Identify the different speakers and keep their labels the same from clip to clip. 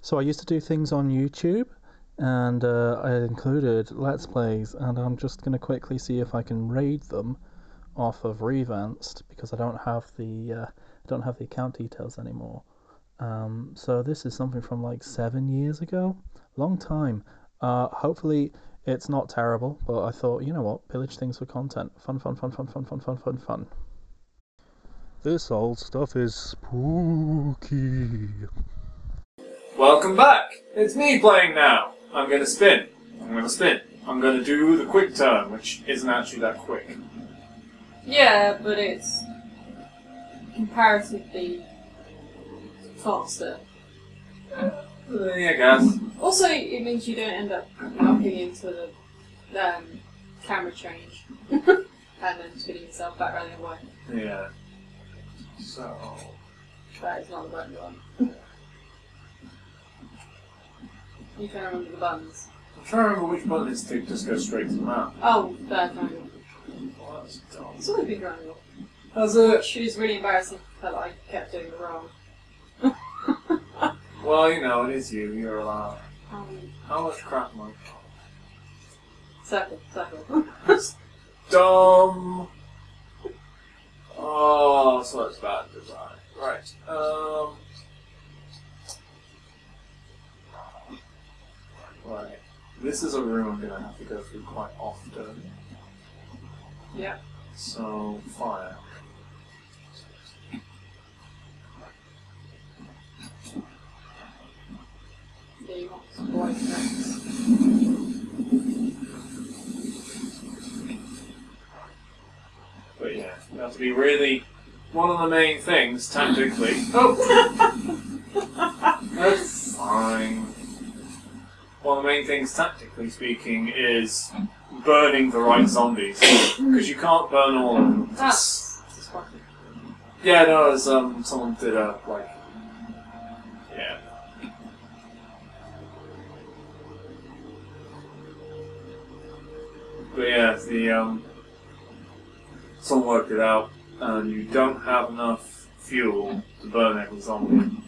Speaker 1: So I used to do things on YouTube, and uh, I included Let's Plays, and I'm just going to quickly see if I can raid them off of Revanced because I don't have the uh, I don't have the account details anymore. Um, so this is something from like seven years ago, long time. Uh, hopefully it's not terrible, but I thought you know what, pillage things for content, fun, fun, fun, fun, fun, fun, fun, fun, fun. This old stuff is spooky.
Speaker 2: Welcome back! It's me playing now! I'm gonna spin. I'm gonna spin. I'm gonna do the quick turn, which isn't actually that quick.
Speaker 3: Yeah, but it's comparatively faster.
Speaker 2: Uh, yeah, guys.
Speaker 3: Also, it means you don't end up knocking into the um, camera change and then spinning yourself back around the other way.
Speaker 2: Yeah. So.
Speaker 3: That is not the button you want. you can remember the buttons.
Speaker 2: I'm trying to remember which button is to just go straight to the map.
Speaker 3: Oh, third triangle.
Speaker 2: Oh, that's dumb.
Speaker 3: It's always been triangle.
Speaker 2: That's it.
Speaker 3: She was really embarrassing that I kept doing it wrong.
Speaker 2: Well, you know, it is you. You're allowed.
Speaker 3: Um,
Speaker 2: How much crap am I?
Speaker 3: circle, circle.
Speaker 2: Dumb. Oh, so that's bad design. Right. Um. Right. This is a room I'm gonna have to go through quite often.
Speaker 3: yeah.
Speaker 2: So fire.
Speaker 3: Yeah, you want some white next.
Speaker 2: But yeah, you have to be really one of the main things tactically. Oh, that's fine. One of the main things tactically speaking is burning the right zombies because you can't burn all of them.
Speaker 3: That's disappointing.
Speaker 2: Yeah, no, as um, someone did a like, yeah. But yeah, the um, someone worked it out, and you don't have enough fuel to burn every zombie.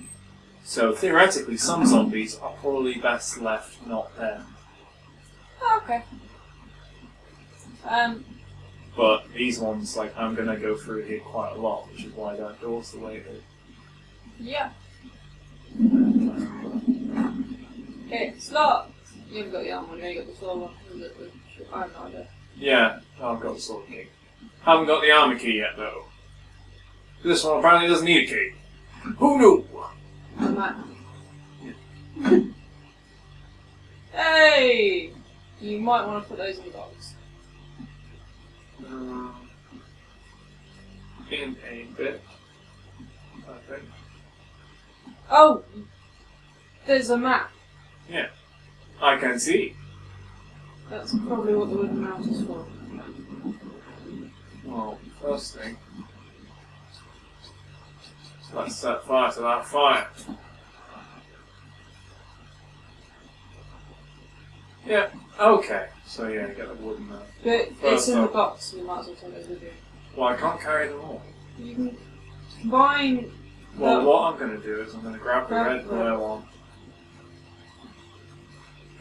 Speaker 2: So theoretically, some zombies are probably best left not there.
Speaker 3: Oh, okay. Um,
Speaker 2: But these ones, like, I'm gonna go through here quite a lot, which is why that door's the way it is.
Speaker 3: yeah. It's locked. You haven't got the arm one, you only got the floor one. Is it the- I have no idea.
Speaker 2: Yeah, I've got the sword key. Haven't got the armor key yet though. This one apparently doesn't need a key. Who knew?
Speaker 3: I might. hey! You might want to put those in the box.
Speaker 2: Um, in a bit, I think.
Speaker 3: Oh! There's a map.
Speaker 2: I can see.
Speaker 3: That's probably what the wooden mount is for.
Speaker 2: Well, first thing, let's set fire to that fire. Yeah. Okay. So yeah, get the wooden there.
Speaker 3: But it's
Speaker 2: First
Speaker 3: in the
Speaker 2: up.
Speaker 3: box, so you might as well take those with you.
Speaker 2: Well, I can't carry them all.
Speaker 3: You can combine
Speaker 2: Well,
Speaker 3: No.
Speaker 2: what I'm gonna do is I'm gonna grab the
Speaker 3: Grab
Speaker 2: red
Speaker 3: the-
Speaker 2: rare one.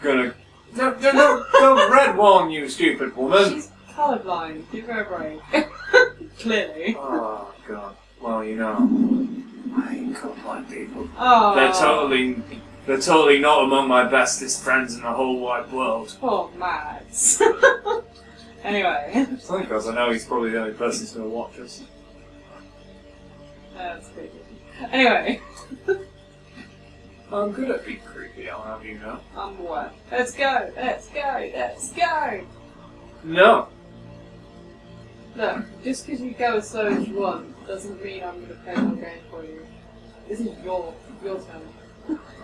Speaker 2: Gonna no no no the red one, you stupid woman.
Speaker 3: She's colourblind. Give her a break. Clearly.
Speaker 2: Oh god. Well, you know, I ain't got blind people.
Speaker 3: Oh.
Speaker 2: They're totally, they're totally not among my bestest friends in the whole wide world.
Speaker 3: Poor Mads. Oh, anyway,
Speaker 2: It's only because I know he's probably the only person who's gonna watch us.
Speaker 3: that's creepy. Anyway,
Speaker 2: I'm good at being creepy. I'll have you know.
Speaker 3: I'm aware. Let's go. Let's go. Let's go.
Speaker 2: No.
Speaker 3: Look, just because you go as slow as you want doesn't mean I'm going to play my game for you. This is your your turn.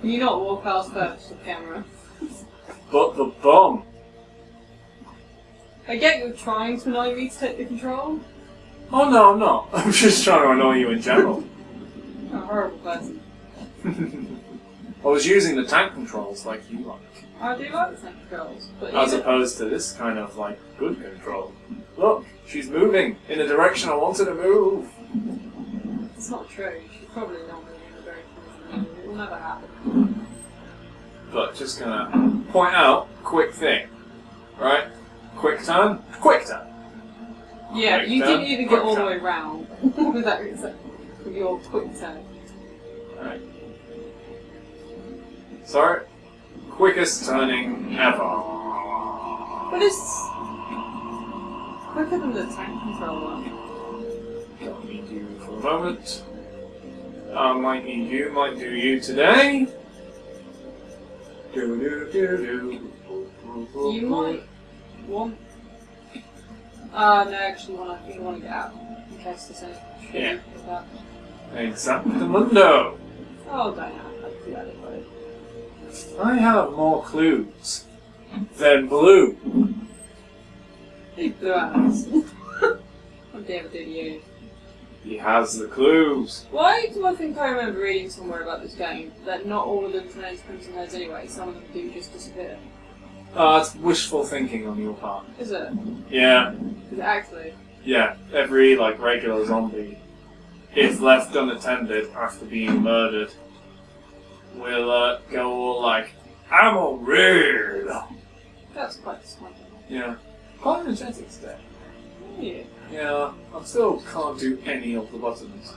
Speaker 3: Can you not walk past first, the camera?
Speaker 2: But the bomb.
Speaker 3: I get you're trying to annoy me to take the control.
Speaker 2: Oh no, I'm not. I'm just trying to annoy you in general.
Speaker 3: I'm a horrible person.
Speaker 2: I was using the tank controls like you like,
Speaker 3: I do like the controls, but
Speaker 2: as
Speaker 3: even-
Speaker 2: opposed to this kind of like good control. Look, she's moving in the direction I wanted to move.
Speaker 3: It's not true. She's probably not moving in a very never happen.
Speaker 2: But just gonna point out quick thing, right? Quick turn, quick turn.
Speaker 3: Yeah,
Speaker 2: Quick
Speaker 3: you
Speaker 2: turn,
Speaker 3: didn't even
Speaker 2: quick
Speaker 3: get all the
Speaker 2: turn.
Speaker 3: way round with that reason. With your quick turn.
Speaker 2: Alright. Sorry, quickest turning ever.
Speaker 3: But it's quicker than the tank controller.
Speaker 2: Don't need you for the moment. I might need you, might do you today. Do do do do.
Speaker 3: You might want. Uh, no, actually, want to, you want to get out in case there's any tree
Speaker 2: Yeah.
Speaker 3: with that.
Speaker 2: Exactamundo.
Speaker 3: Oh, Diana, I'd do that anyway.
Speaker 2: I have more clues than blue.
Speaker 3: He blew out us. What did he ever do to you?
Speaker 2: He has the clues.
Speaker 3: Why do I think I remember reading somewhere about this game that not all of them turn crimson heads anyway? Some of them do just disappear.
Speaker 2: Uh, it's wishful thinking on your part.
Speaker 3: Is it?
Speaker 2: Yeah,
Speaker 3: Is it actually?
Speaker 2: yeah. Every like regular zombie, if left unattended after being murdered, will uh, go all like, "I'm a red."
Speaker 3: That's quite disappointing.
Speaker 2: Yeah, quite energetic today.
Speaker 3: Yeah.
Speaker 2: Yeah, I still can't do any of the buttons.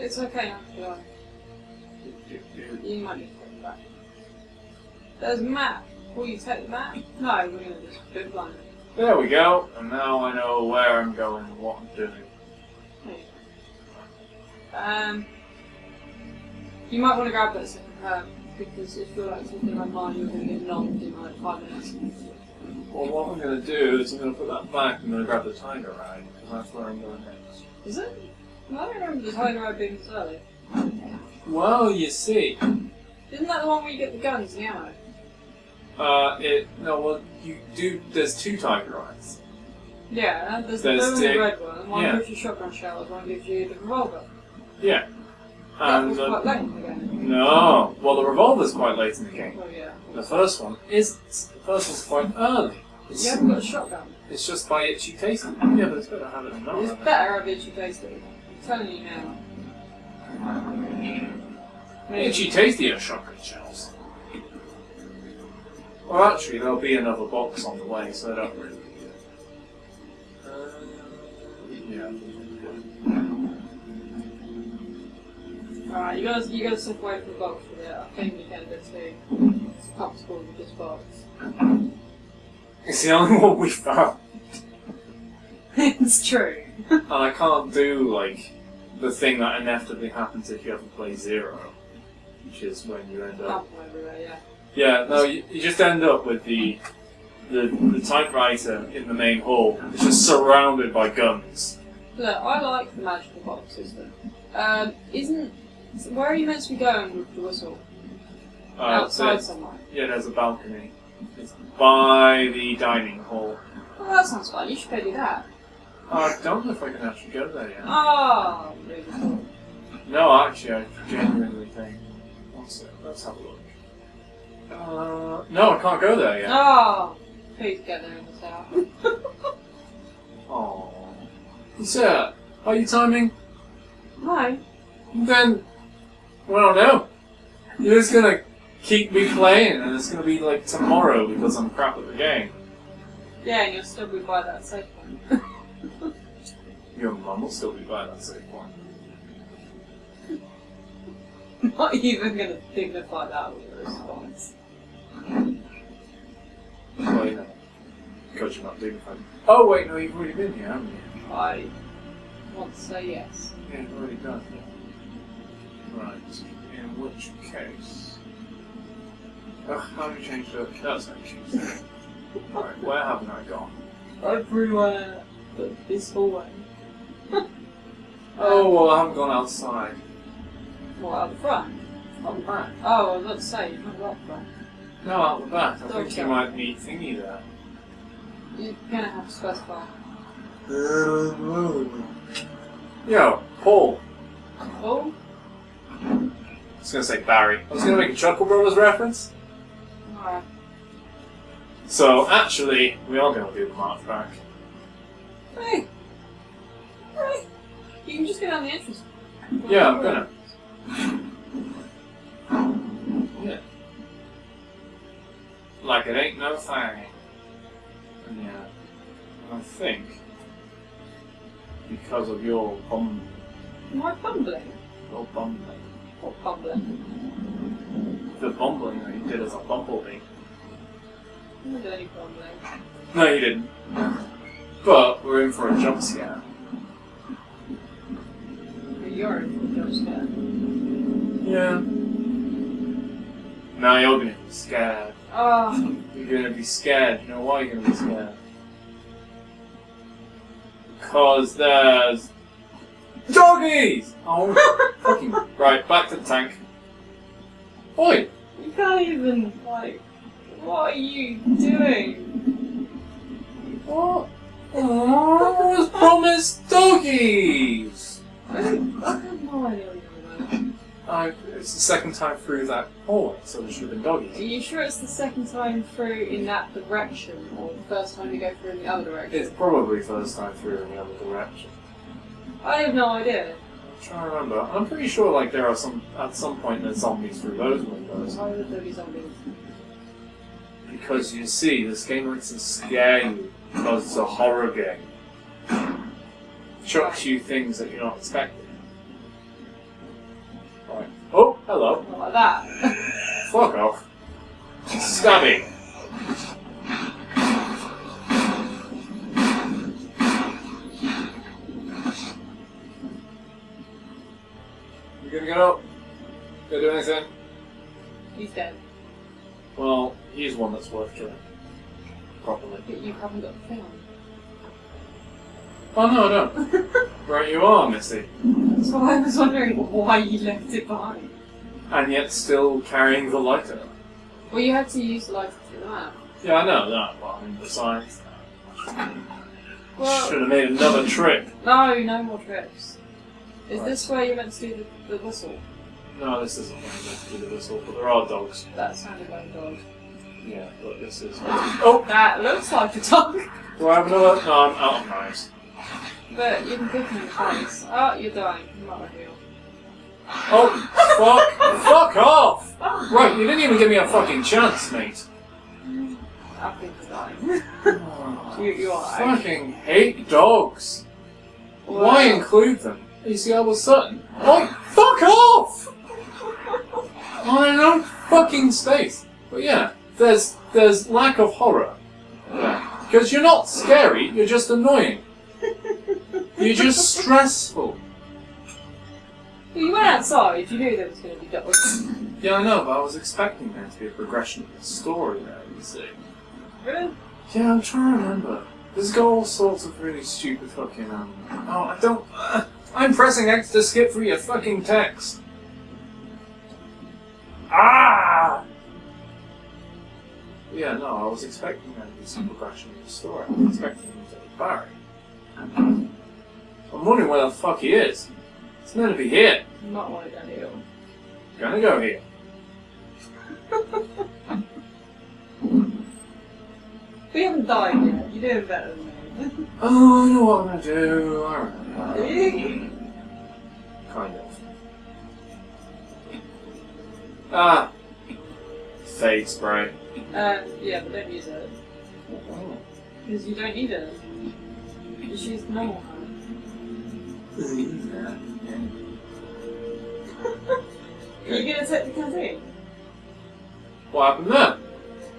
Speaker 3: It's okay, I'm fine. You might need to put it back. There's a map. Will you take the map? No, we're going to just go blind.
Speaker 2: There we go. And now I know where I'm going and what I'm doing.
Speaker 3: Um, you might want to grab that second herb because if you're like something like mine, you're going to get knocked in like five minutes.
Speaker 2: Well, what I'm going to do is I'm going to put that back. I'm going to grab the tiger ride because that's where I'm going next.
Speaker 3: Is it? I don't remember the tiger herb being this early.
Speaker 2: Well, you see,
Speaker 3: Isn't that the one where you get the guns and the ammo?
Speaker 2: uh, it no. Well, you do. There's two tiger rides.
Speaker 3: Yeah, and there's,
Speaker 2: There's
Speaker 3: the blue and
Speaker 2: the-
Speaker 3: the red one. One
Speaker 2: yeah.
Speaker 3: gives you shotgun shells, one gives you the revolver.
Speaker 2: Yeah.
Speaker 3: that
Speaker 2: And
Speaker 3: was
Speaker 2: uh,
Speaker 3: quite late in the game.
Speaker 2: no. Well, the revolver's quite late in the game.
Speaker 3: Oh yeah.
Speaker 2: The first one is the first one's quite early. It's,
Speaker 3: You haven't got a shotgun.
Speaker 2: it's just by itchy tasting. Yeah, but it's better to have it than not.
Speaker 3: It's
Speaker 2: have it?
Speaker 3: better if it's your face though. I'm telling you now.
Speaker 2: Itchy tasty are shotgun shells. Well, actually, there'll be another box on the way, so I don't really. Uh, Yeah.
Speaker 3: Alright, you gotta you gotta step away from the box for that. I think you can do too. It's comfortable with this box.
Speaker 2: It's the only one we found,
Speaker 3: it's true.
Speaker 2: and I can't do like the thing that inevitably happens if you ever play zero, which is when you end up.
Speaker 3: Up everywhere, yeah.
Speaker 2: Yeah, no, you, you just end up with the the, the typewriter in the main hall. It's just surrounded by guns.
Speaker 3: Look, I like the magical boxes though. Um, isn't where are you meant to be going with the whistle? Oh,
Speaker 2: Uh, so
Speaker 3: Outside
Speaker 2: it's-
Speaker 3: somewhere.
Speaker 2: yeah, there's a balcony. It's by the dining hall.
Speaker 3: Well, that sounds fun. You should go do that.
Speaker 2: I don't know if I can actually go there yet.
Speaker 3: Oh, really cool.
Speaker 2: No, actually, I genuinely think. One sec, let's have a look. Uh, no, I can't go there yet.
Speaker 3: Oh, please get there in the tower.
Speaker 2: Oh. Sir, are you timing?
Speaker 3: No.
Speaker 2: Then, well, no. You're just gonna keep me playing, and it's gonna be like tomorrow because I'm crap at the game.
Speaker 3: Yeah, and you'll still be by that safe one.
Speaker 2: Your mum will still be by that same point.
Speaker 3: Not even gonna dignify that with a response.
Speaker 2: Well, you know. Because you're not doing it. Oh, wait, no, you've already been here, haven't you?
Speaker 3: I want to say yes.
Speaker 2: Yeah, I've already done. Right. In which case? Ugh, how do you change the? That's not Tuesday. right. Where haven't I gone?
Speaker 3: Everywhere but this hallway.
Speaker 2: Oh well, I haven't gone outside.
Speaker 3: Well, out the front.
Speaker 2: Out the back.
Speaker 3: Oh, I was about to say, you're not out the front.
Speaker 2: No, out the back. I
Speaker 3: Dog
Speaker 2: think you
Speaker 3: side.
Speaker 2: might need thingy there.
Speaker 3: You're gonna have to specify.
Speaker 2: Yo, Paul.
Speaker 3: Oh?
Speaker 2: I was gonna say Barry. I was gonna make a Chuckle Brothers reference.
Speaker 3: Alright.
Speaker 2: So actually, we are gonna do the march back.
Speaker 3: Hey! Hey! You can just go down the entrance.
Speaker 2: Yeah, I'm gonna. like it ain't no thing. And yeah, I think because of your bum,
Speaker 3: My bumbling.
Speaker 2: your bumbling,
Speaker 3: What bumbling?
Speaker 2: the bumbling that you did as a bumblebee.
Speaker 3: I never did any bumbling.
Speaker 2: No, you didn't. But we're in for a jump scare.
Speaker 3: You're in for a jump scare.
Speaker 2: Yeah. Now you're gonna be scared.
Speaker 3: Oh,
Speaker 2: You're gonna be scared. You know why you're gonna be scared? Because there's doggies. Oh, fucking right. Back to the tank. Oi!
Speaker 3: you can't even, like, what are you doing?
Speaker 2: What? Oh, I was promised doggies.
Speaker 3: I don't- I have no idea what you're doing.
Speaker 2: I, it's the second time through that hallway, so there should have been doggies.
Speaker 3: Are you sure it's the second time through in that direction, or the first time you go through in the other direction?
Speaker 2: It's probably first time through in the other direction.
Speaker 3: I have no idea.
Speaker 2: I'm trying to remember. I'm pretty sure like there are some at some point there's zombies through those windows.
Speaker 3: Why would there be zombies?
Speaker 2: Because you see, this game likes to scare you because it's a horror game. Chucks you things that you're not expecting. Right. Oh, hello.
Speaker 3: Not like that.
Speaker 2: Fuck off. Stabby. You gonna get up? Gonna do anything?
Speaker 3: He's dead.
Speaker 2: Well, he's one that's worth killing. Properly.
Speaker 3: But you haven't got the thing on.
Speaker 2: Oh no, no. right you are, Missy.
Speaker 3: That's why I was wondering why you left it behind.
Speaker 2: And yet still carrying the lighter.
Speaker 3: Well, you had to use the lighter to do that.
Speaker 2: Yeah, I know that. Well, I mean, besides,
Speaker 3: Well,
Speaker 2: should have made another trip.
Speaker 3: no, no more trips. Is
Speaker 2: Right.
Speaker 3: this where you're meant to do the, the whistle?
Speaker 2: No, this isn't what I'm meant to do the whistle, but there are dogs.
Speaker 3: That sounded like a dog.
Speaker 2: Yeah, but this is. Oh,
Speaker 3: That looks like a dog,
Speaker 2: do I have another? No, I'm out of knives.
Speaker 3: but you can give me a chance. Oh, you're dying. I'm not ready.
Speaker 2: Oh, fuck! fuck off!
Speaker 3: Ah,
Speaker 2: Right, you didn't even give me a fucking chance, mate.
Speaker 3: I think you're dying.
Speaker 2: I
Speaker 3: you, you are.
Speaker 2: fucking hate dogs. Why include them? You see, I was certain. Oh, fuck off! I no fucking space. But yeah, there's there's lack of horror. Because you're not scary, you're just annoying. You're just stressful.
Speaker 3: Well, you went outside. You knew there was going to be dogs.
Speaker 2: Yeah, I know, but I was expecting there to be a progression of the story there, you see.
Speaker 3: really?
Speaker 2: Yeah, I'm trying to remember. There's got all sorts of really stupid fucking. Um, oh, I don't. Uh, I'm pressing X to skip through your fucking text. Ah! Yeah, no, I was expecting there to be some progression in the story. I was expecting him to be Barry. I'm wondering where the fuck he is. It's meant to be here.
Speaker 3: Not like that at all.
Speaker 2: Gonna go here.
Speaker 3: We haven't died yet. You're doing better than
Speaker 2: Oh, I know what I'm gonna do. I remember.
Speaker 3: me.
Speaker 2: Kind of. Ah! Fade spray.
Speaker 3: uh, yeah, but don't use it because you don't need it. Just use the normal one. Are you going to take the canteen?
Speaker 2: What happened there?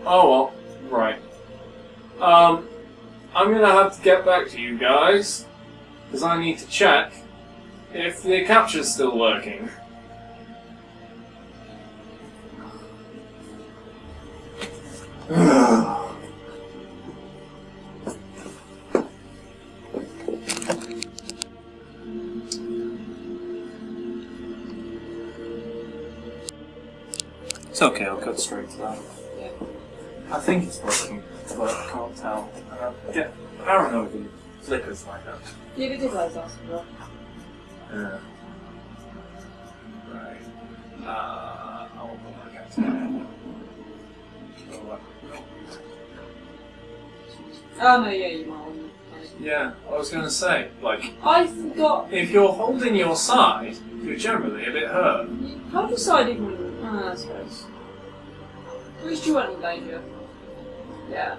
Speaker 2: Oh well, right. Um, I'm gonna have to get back to you guys, because I need to check if the capture's still working. It's okay, I'll cut straight to that.
Speaker 3: Yeah.
Speaker 2: I think it's working, but I can't tell. Uh, yeah, I don't know if it flickers like that.
Speaker 3: Yeah, we did like last one.
Speaker 2: Yeah. Right. Uh, I'll go back out to that. Go back.
Speaker 3: Oh no, yeah, you might. want to.
Speaker 2: Yeah, I was going to say, like,
Speaker 3: I forgot.
Speaker 2: if you're holding your side, you're generally a bit hurt.
Speaker 3: How decided? Oh, I suppose. At least you weren't in danger. Yeah.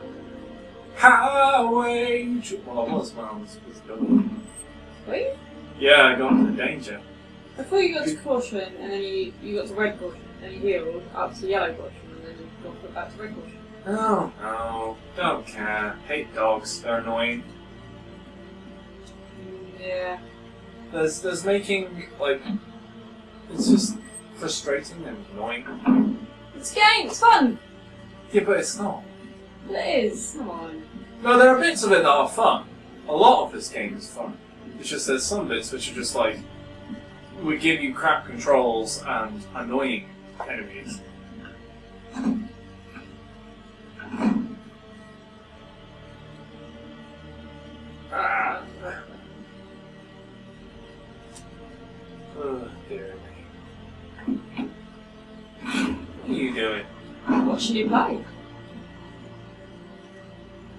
Speaker 2: Highway to... Well, I was when I was with Dylan.
Speaker 3: Wait.
Speaker 2: Yeah, I got into danger.
Speaker 3: Before you got to caution, and then you, you got to red caution, and you healed up to yellow caution, and then you got put back to red caution.
Speaker 2: No, no, Oh, don't care. Hate dogs. They're annoying.
Speaker 3: Mm, Yeah.
Speaker 2: There's, there's making like, it's just frustrating and annoying.
Speaker 3: It's a game. It's fun.
Speaker 2: Yeah, but it's not.
Speaker 3: But it is. Come on.
Speaker 2: No, there are bits of it that are fun. A lot of this game is fun. It's just there's some bits which are just like, we give you crap controls and annoying enemies. Ah. Oh, dear me. What are you doing?
Speaker 3: What should you play?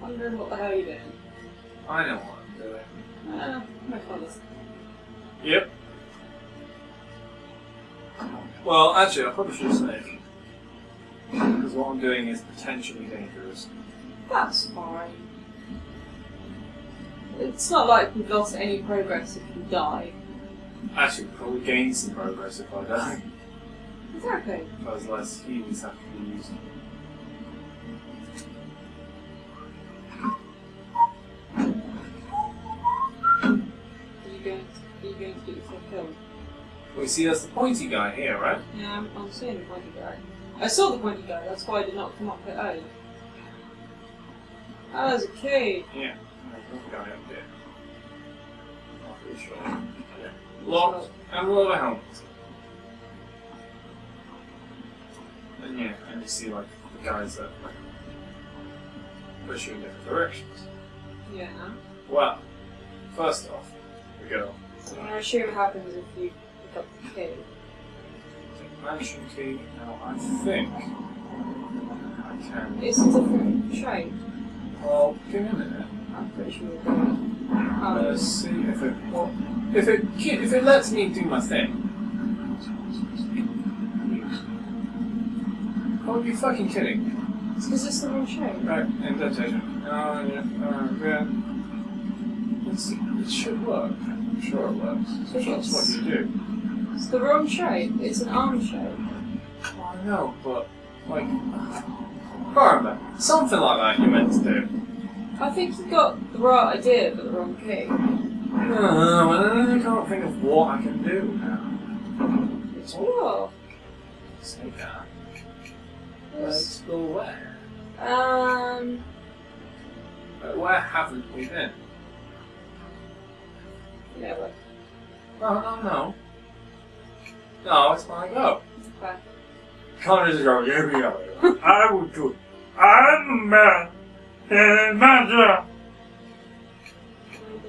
Speaker 3: Wondering what the hell you're doing.
Speaker 2: I know what I'm doing.
Speaker 3: Uh, my father's.
Speaker 2: Yep. Well, actually, I probably should say because what I'm doing is potentially dangerous.
Speaker 3: That's fine. It's not like we've lost any progress if you die.
Speaker 2: Actually, probably gain some progress if I die,
Speaker 3: Exactly.
Speaker 2: because less heals have to be used.
Speaker 3: Are you going to, are you going to get yourself killed?
Speaker 2: We see that's the pointy guy here, right?
Speaker 3: Yeah, I'm, I'm seeing the pointy guy. I saw the pointy guy, that's why I did not come up with early. That was a key.
Speaker 2: Yeah. There's one guy up there. Not pretty sure. Yeah. Locked and roll a helmet. And yeah, and you see like the guys that like, push you in different directions.
Speaker 3: Yeah.
Speaker 2: Well, first off, we go
Speaker 3: So I'm going to assume it happens if you pick up the key.
Speaker 2: to mansion key. Now I think I can.
Speaker 3: It's a different shape.
Speaker 2: Well, give me a minute.
Speaker 3: I'm pretty sure we're going.
Speaker 2: Uh,
Speaker 3: Um,
Speaker 2: see if it well, if it ki- if it lets me do my thing. Oh, you fucking kidding?
Speaker 3: it's because it's the wrong shape.
Speaker 2: Right, indentation. Oh, yeah, uh, yeah. It's, it should work. I'm sure it works. So that's what you do.
Speaker 3: It's the wrong shape. It's an arm shape.
Speaker 2: I know, but like, Karma, something like that you meant to do.
Speaker 3: I think you got the right idea, but the wrong key.
Speaker 2: Uh, I can't think of what I can do now.
Speaker 3: It's cool.
Speaker 2: Say that. Let's go where?
Speaker 3: Um,
Speaker 2: But where haven't we been?
Speaker 3: yeah, but
Speaker 2: No, no, no. No, it's Oh, my go.
Speaker 3: okay.
Speaker 2: Connor just goes, here we go. I will do it. I'm man. And matter.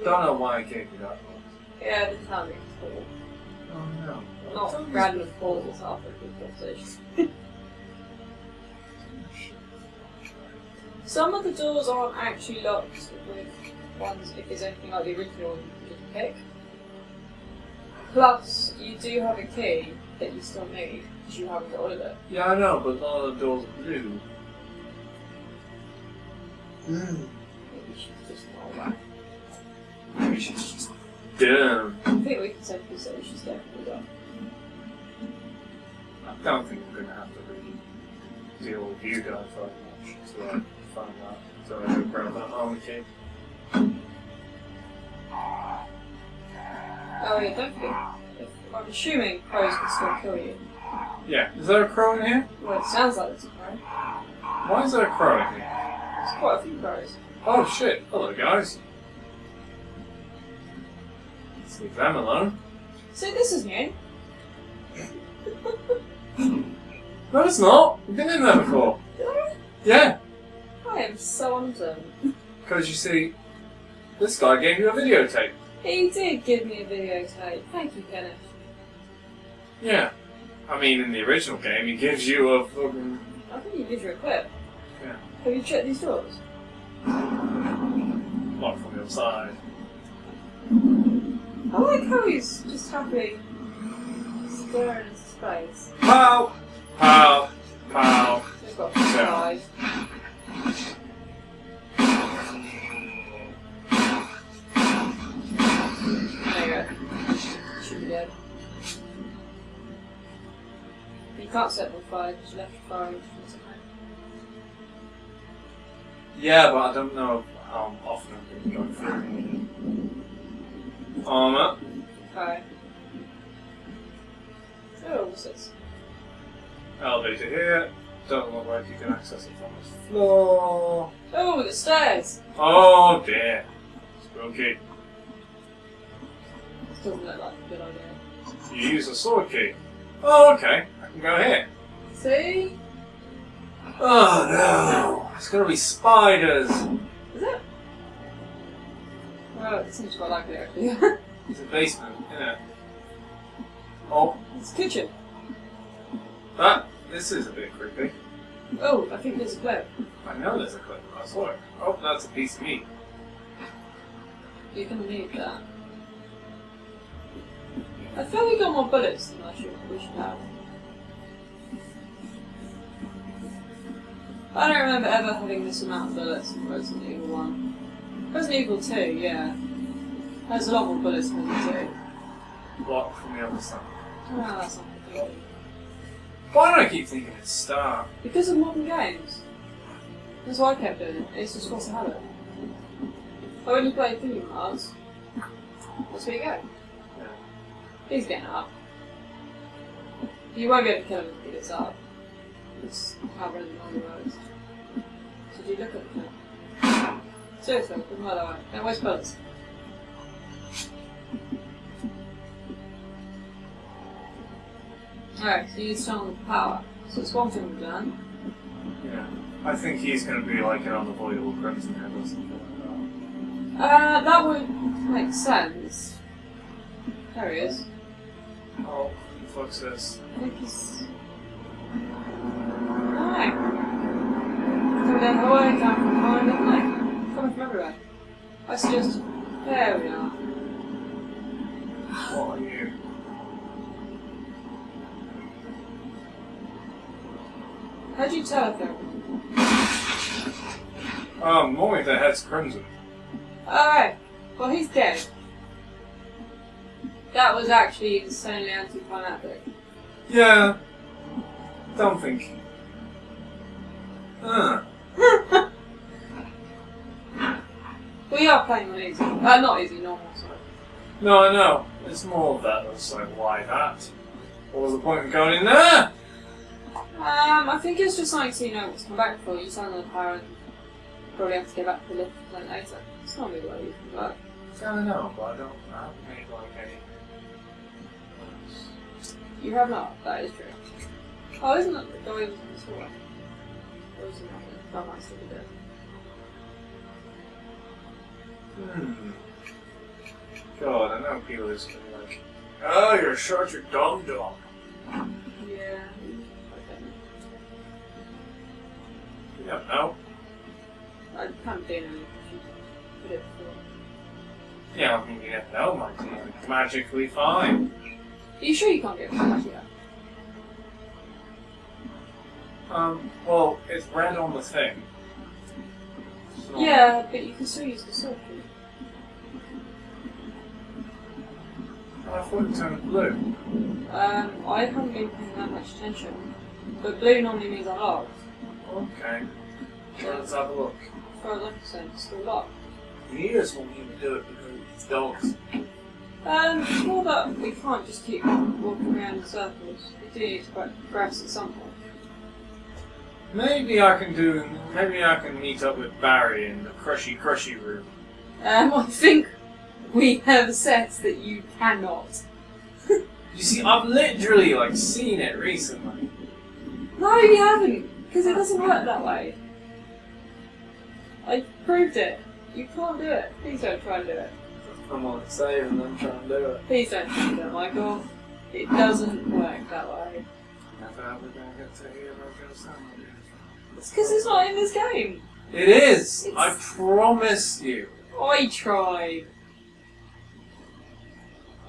Speaker 2: Don't know why I gave you that one.
Speaker 3: Yeah, the timing's cool.
Speaker 2: Oh no.
Speaker 3: Not random pauses after a good conversation. Some of the doors aren't actually locked with ones if it's anything like the original one you can just pick. Plus, you do have a key that you still need because you haven't got all of it.
Speaker 2: Yeah, I know, but none of the doors are blue. Mm.
Speaker 3: Maybe you should just roll back.
Speaker 2: Maybe she's just dumb.
Speaker 3: I think we can safely say she's definitely done.
Speaker 2: I don't think we're gonna have to really deal with you guys very much until I find out. So I go grab that armor key.
Speaker 3: Oh yeah, don't forget. If, I'm assuming crows can still kill you.
Speaker 2: Yeah. Is there a crow in here?
Speaker 3: Well, it sounds like it's a crow.
Speaker 2: Why is there a crow in here?
Speaker 3: There's quite a few crows.
Speaker 2: Oh shit. Hello guys. Let's leave them alone.
Speaker 3: So this is new.
Speaker 2: No it's not. We've been in there before. Yeah.
Speaker 3: I am so undone.
Speaker 2: Because you see, this guy gave you a videotape.
Speaker 3: He did give me a videotape. Thank you, Kenneth.
Speaker 2: Yeah. I mean, in the original game, he gives you a fucking.
Speaker 3: I think you did your clip.
Speaker 2: Yeah.
Speaker 3: Have you checked these doors?
Speaker 2: Not from the other side.
Speaker 3: I like how he's just happy staring into space.
Speaker 2: Pow! Pow! Pow!
Speaker 3: He's got five. You can't set them on fire because you left the fire in somewhere.
Speaker 2: Yeah, but I don't know how often I'm going to go through it. Armour.
Speaker 3: Okay. Oh, what's this?
Speaker 2: Elevator here. Don't look like you can access it from this floor.
Speaker 3: Oh, the stairs!
Speaker 2: Oh dear. Spooky.
Speaker 3: Doesn't look like a good idea.
Speaker 2: You use a sword key. Oh, okay. I can go here.
Speaker 3: See?
Speaker 2: Oh no. It's going to be spiders.
Speaker 3: Is it? Well, it seems quite likely actually.
Speaker 2: It's a basement, isn't it? Oh,
Speaker 3: it's a kitchen.
Speaker 2: that. This is a bit creepy.
Speaker 3: Oh, I think there's a clip.
Speaker 2: I know there's a clip. I saw it. Oh, that's a piece of meat.
Speaker 3: You can need that. I feel we got more bullets than I should, we should have. I don't remember ever having this amount of bullets in Resident Evil 1. Resident Evil 2, yeah. There's a lot more bullets than 2.
Speaker 2: Block from the other side.
Speaker 3: Oh, that's not good.
Speaker 2: Why do I keep thinking it's Star?
Speaker 3: Because of modern games. That's why I kept doing it. It's just what's a habit. But when you play Kingdom Hearts, that's where you go.
Speaker 2: Yeah.
Speaker 3: He's getting up. You won't be able to kill him if he gets up. It's however long the road is. So do you look at the clip? Seriously, from my way. Now where's bullets? Alright, so you use someone with power. So it's one thing we've done.
Speaker 2: Yeah. I think he's going to be like an unavoidable crimson head or something
Speaker 3: Uh, that would make sense. There he is.
Speaker 2: like that. Oh, fuck's this.
Speaker 3: I think he's. Hi. Coming down the hallway, down from behind, haven't they? Coming from everywhere. I suggest. There we are.
Speaker 2: What are you?
Speaker 3: How do you tell if they're.
Speaker 2: Um, normally their head's crimson.
Speaker 3: Alright, well, he's dead. That was actually insanely anticlimactic.
Speaker 2: Yeah. Don't think. Uh,
Speaker 3: We are playing on easy. Uh, not easy, normal, sorry.
Speaker 2: no, I know. It's more of that. It's like, why that? What was the point of going in there?
Speaker 3: Um, I think it's just something so you know what to come back for. You sign on the power and probably have to get back to the lift then later. It's not really what you can work.
Speaker 2: I don't know, but I don't. I haven't made like any.
Speaker 3: You have not, that is true. Oh, isn't that the guy who was in the tour? Or was it not? That might still be dead.
Speaker 2: Hmm. God, I know people who's gonna be like, oh, you're short your dum dum.
Speaker 3: Yeah.
Speaker 2: You don't know.
Speaker 3: Okay. I can't do anything. Put it before.
Speaker 2: Yeah, I mean, you don't know, my dear. Magically fine.
Speaker 3: Are you sure you can't get back here?
Speaker 2: Um, well, it's red on the thing. It's not-
Speaker 3: Yeah, but you can still use the sword. can't you?
Speaker 2: I thought it turned blue.
Speaker 3: Um, I haven't been paying that much attention. But blue normally means I'm locked.
Speaker 2: Okay. Let's have a look.
Speaker 3: For a lock sense, it's still locked.
Speaker 2: Neither won't even do it because it's dogs.
Speaker 3: Um, sure that we can't just keep walking around in circles. We do need to gra- grasp at some point.
Speaker 2: Maybe I can do. Maybe I can meet up with Barry in the crushy crushy room.
Speaker 3: Um, I think we have said that you cannot.
Speaker 2: You see, I've literally like seen it recently.
Speaker 3: No, you haven't, because it doesn't work that way. I proved it. You can't do it. Please don't try and do it.
Speaker 2: I'm on save and then try and do it.
Speaker 3: Please don't try and do it, Michael. It doesn't work that way. It's because it's not in this game.
Speaker 2: It is. I promise you.
Speaker 3: I tried.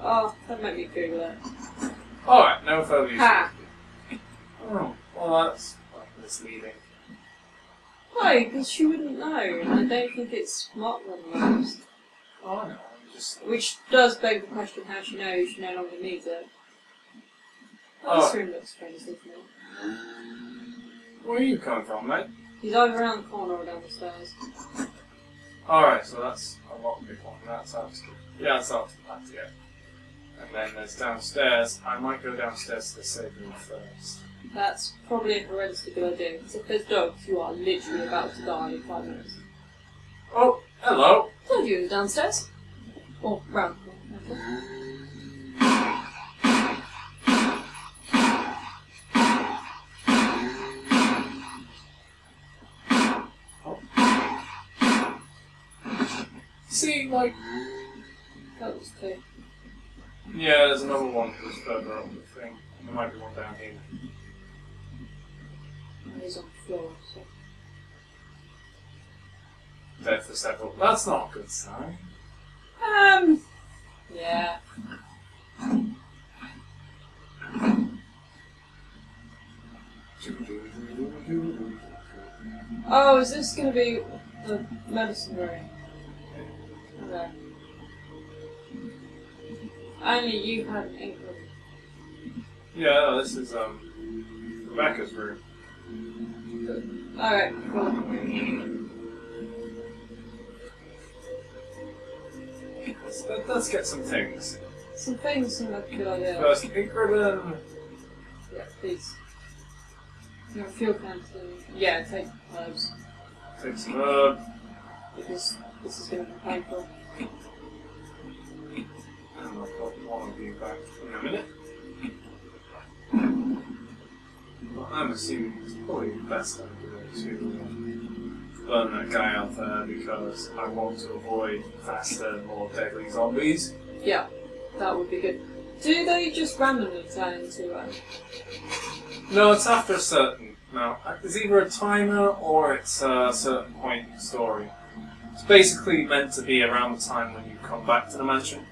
Speaker 3: Oh, don't make me Google it.
Speaker 2: All right, no further. issue.
Speaker 3: Ha!
Speaker 2: Oh, well, that's misleading.
Speaker 3: No, because you wouldn't know, and I don't think it's smart one knows.
Speaker 2: Oh no, I'm just
Speaker 3: Which does beg the question how she knows she no longer needs it. This room looks strange, doesn't it?
Speaker 2: Where are you coming from, mate?
Speaker 3: He's over around the corner or down the stairs.
Speaker 2: Alright, so that's a lot big one. That's up to yeah, that's up to that, yeah. And then there's downstairs. I might go downstairs to the safe room first.
Speaker 3: That's probably a horrendously good idea, because if there's dogs, you are literally about to die in five minutes.
Speaker 2: Oh, hello.
Speaker 3: Told you it was downstairs. Or round the corner.
Speaker 2: See, like
Speaker 3: That was two.
Speaker 2: yeah, there's another one that was further up the thing. There might be one down here.
Speaker 3: He's on the floor, so.
Speaker 2: There for several. That's not a good sign.
Speaker 3: Um. Yeah. Oh, is this gonna be the medicine room? Okay. Only you had an inkling.
Speaker 2: Yeah, no, this is um Rebecca's room.
Speaker 3: Alright, cool.
Speaker 2: Let's, let, us get some things.
Speaker 3: Some things seem like a good idea.
Speaker 2: First, Incredin.
Speaker 3: Yeah, please. Your fuel can to. Yeah, take herbs.
Speaker 2: Take some herb.
Speaker 3: Because this is gonna be painful.
Speaker 2: And I've got one of you back in a minute. Well, I'm assuming it's probably best idea to um, burn that guy out there because I want to avoid faster, more deadly zombies.
Speaker 3: Yeah, that would be good. Do they just randomly turn into um,
Speaker 2: No, it's after a certain amount. It's either a timer or it's a certain point in the story. It's basically meant to be around the time when you come back to the mansion.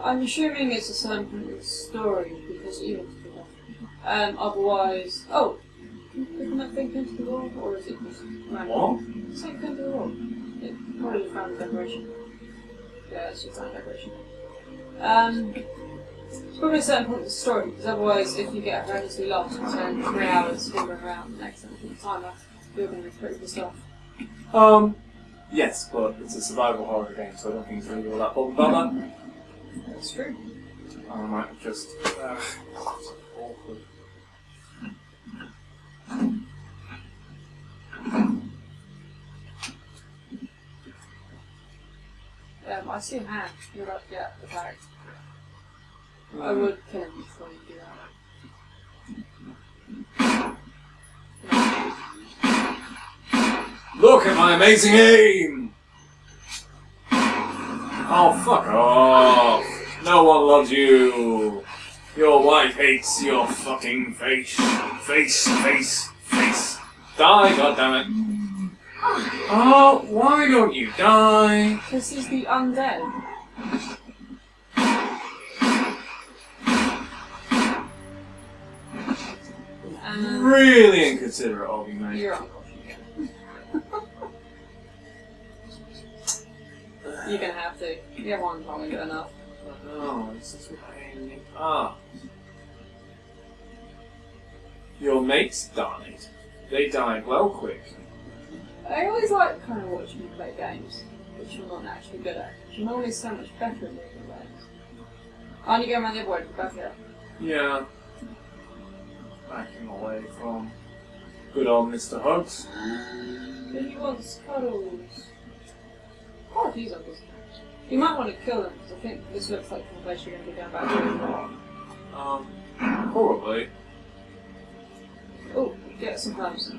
Speaker 3: I'm assuming it's a certain point of story because even if you um, otherwise, oh, isn't that thing pinned to the wall, or is it just random?
Speaker 2: What?
Speaker 3: It's like pinned to the wall. It's probably just random decoration. Yeah, it's just random decoration. Um, it's probably a certain point of the story because otherwise, if you get horrendously lost and spend three hours figuring around the next timer, you're going to be pretty pissed off.
Speaker 2: Um, yes, but it's a survival horror game, so I don't think it's really all that bothered about that.
Speaker 3: That's true.
Speaker 2: I might just. Uh, awkward.
Speaker 3: Um, I see a hand. You're about to get out of the bag. I would kill him before you do that.
Speaker 2: Look at my amazing aim! Oh, fuck off. No one loves you. Your wife hates your fucking face. Face, face, face. Die, goddammit. Oh, why don't you die?
Speaker 3: This is the undead. Um,
Speaker 2: Really inconsiderate of you, mate.
Speaker 3: you're on. You're gonna have to. Your one's probably good enough.
Speaker 2: Oh, this is what I aiming. Ah. Your mates died. They died well quick.
Speaker 3: I always like kind of watching you play games, which I'm not naturally good at. I'm always so much better at making games. I only go around the other way to Buffett.
Speaker 2: Yeah. Backing away from good old Mr. Hugs.
Speaker 3: But he wants cuddles. Quite a few zombies. You might want to kill them, because I think this looks like the place you're going to be going back to.
Speaker 2: Um, probably.
Speaker 3: Oh, get some clubs.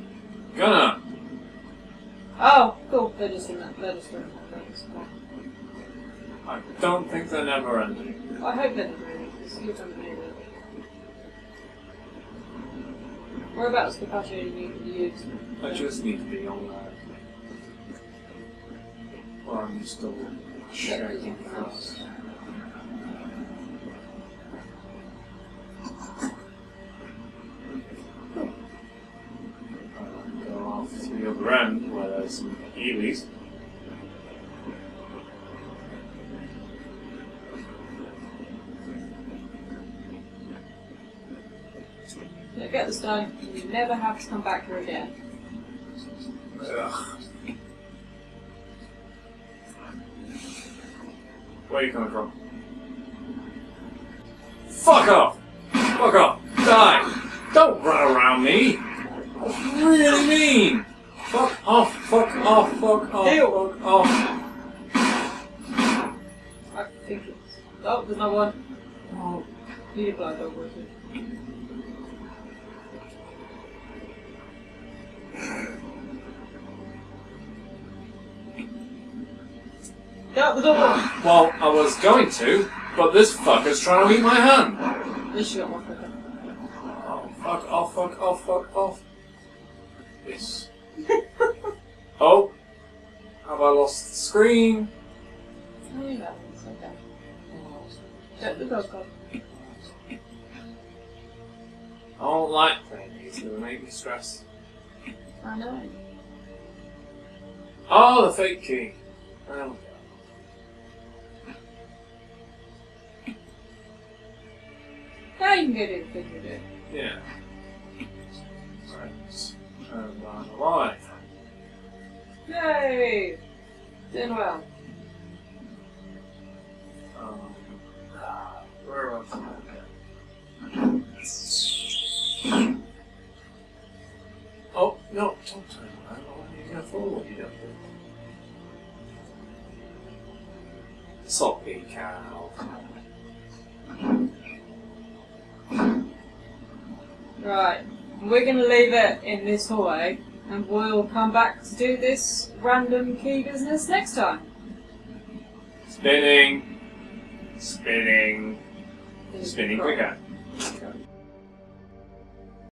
Speaker 2: Gonna.
Speaker 3: Oh, cool. They're just in that. They're just in that.
Speaker 2: I don't think they're never ending.
Speaker 3: I hope they're not really, because you've done really well. Whereabouts the patio you need to use?
Speaker 2: I just need to be on that. Or I'm still shaking the house. Go off to the other end where there's some Heelys.
Speaker 3: Now get this done, and you never have to come back here again.
Speaker 2: Ugh. Where are you coming from? Fuck off! Fuck off! Die! Don't run around me! That's really mean! Fuck off! Fuck off! Fuck off!
Speaker 3: Ew.
Speaker 2: Fuck off!
Speaker 3: I think it's. Oh, there's no one.
Speaker 2: Oh,
Speaker 3: Need a blood dog with it. No, there's no one.
Speaker 2: Well, I was going to, but this fucker's trying to eat my hand!
Speaker 3: At least you got one quicker.
Speaker 2: Oh, fuck off! Fuck off! Fuck off! This. oh! Have I lost the screen?
Speaker 3: Oh, yeah, that one's okay. Don't the dog go.
Speaker 2: I don't like playing these, they make me stress.
Speaker 3: I know.
Speaker 2: Oh, the fake key. Um,
Speaker 3: Now you can get it if you do.
Speaker 2: yeah. Right. Um, And I'm alive.
Speaker 3: Yay! Doing well.
Speaker 2: Um, where am I? Oh, no, don't turn around. I need to go forward. You don't do. Soppy cow.
Speaker 3: Right, we're gonna leave it in this hallway, and we'll come back to do this random key business next time.
Speaker 2: Spinning. Spinning. Spinning quicker.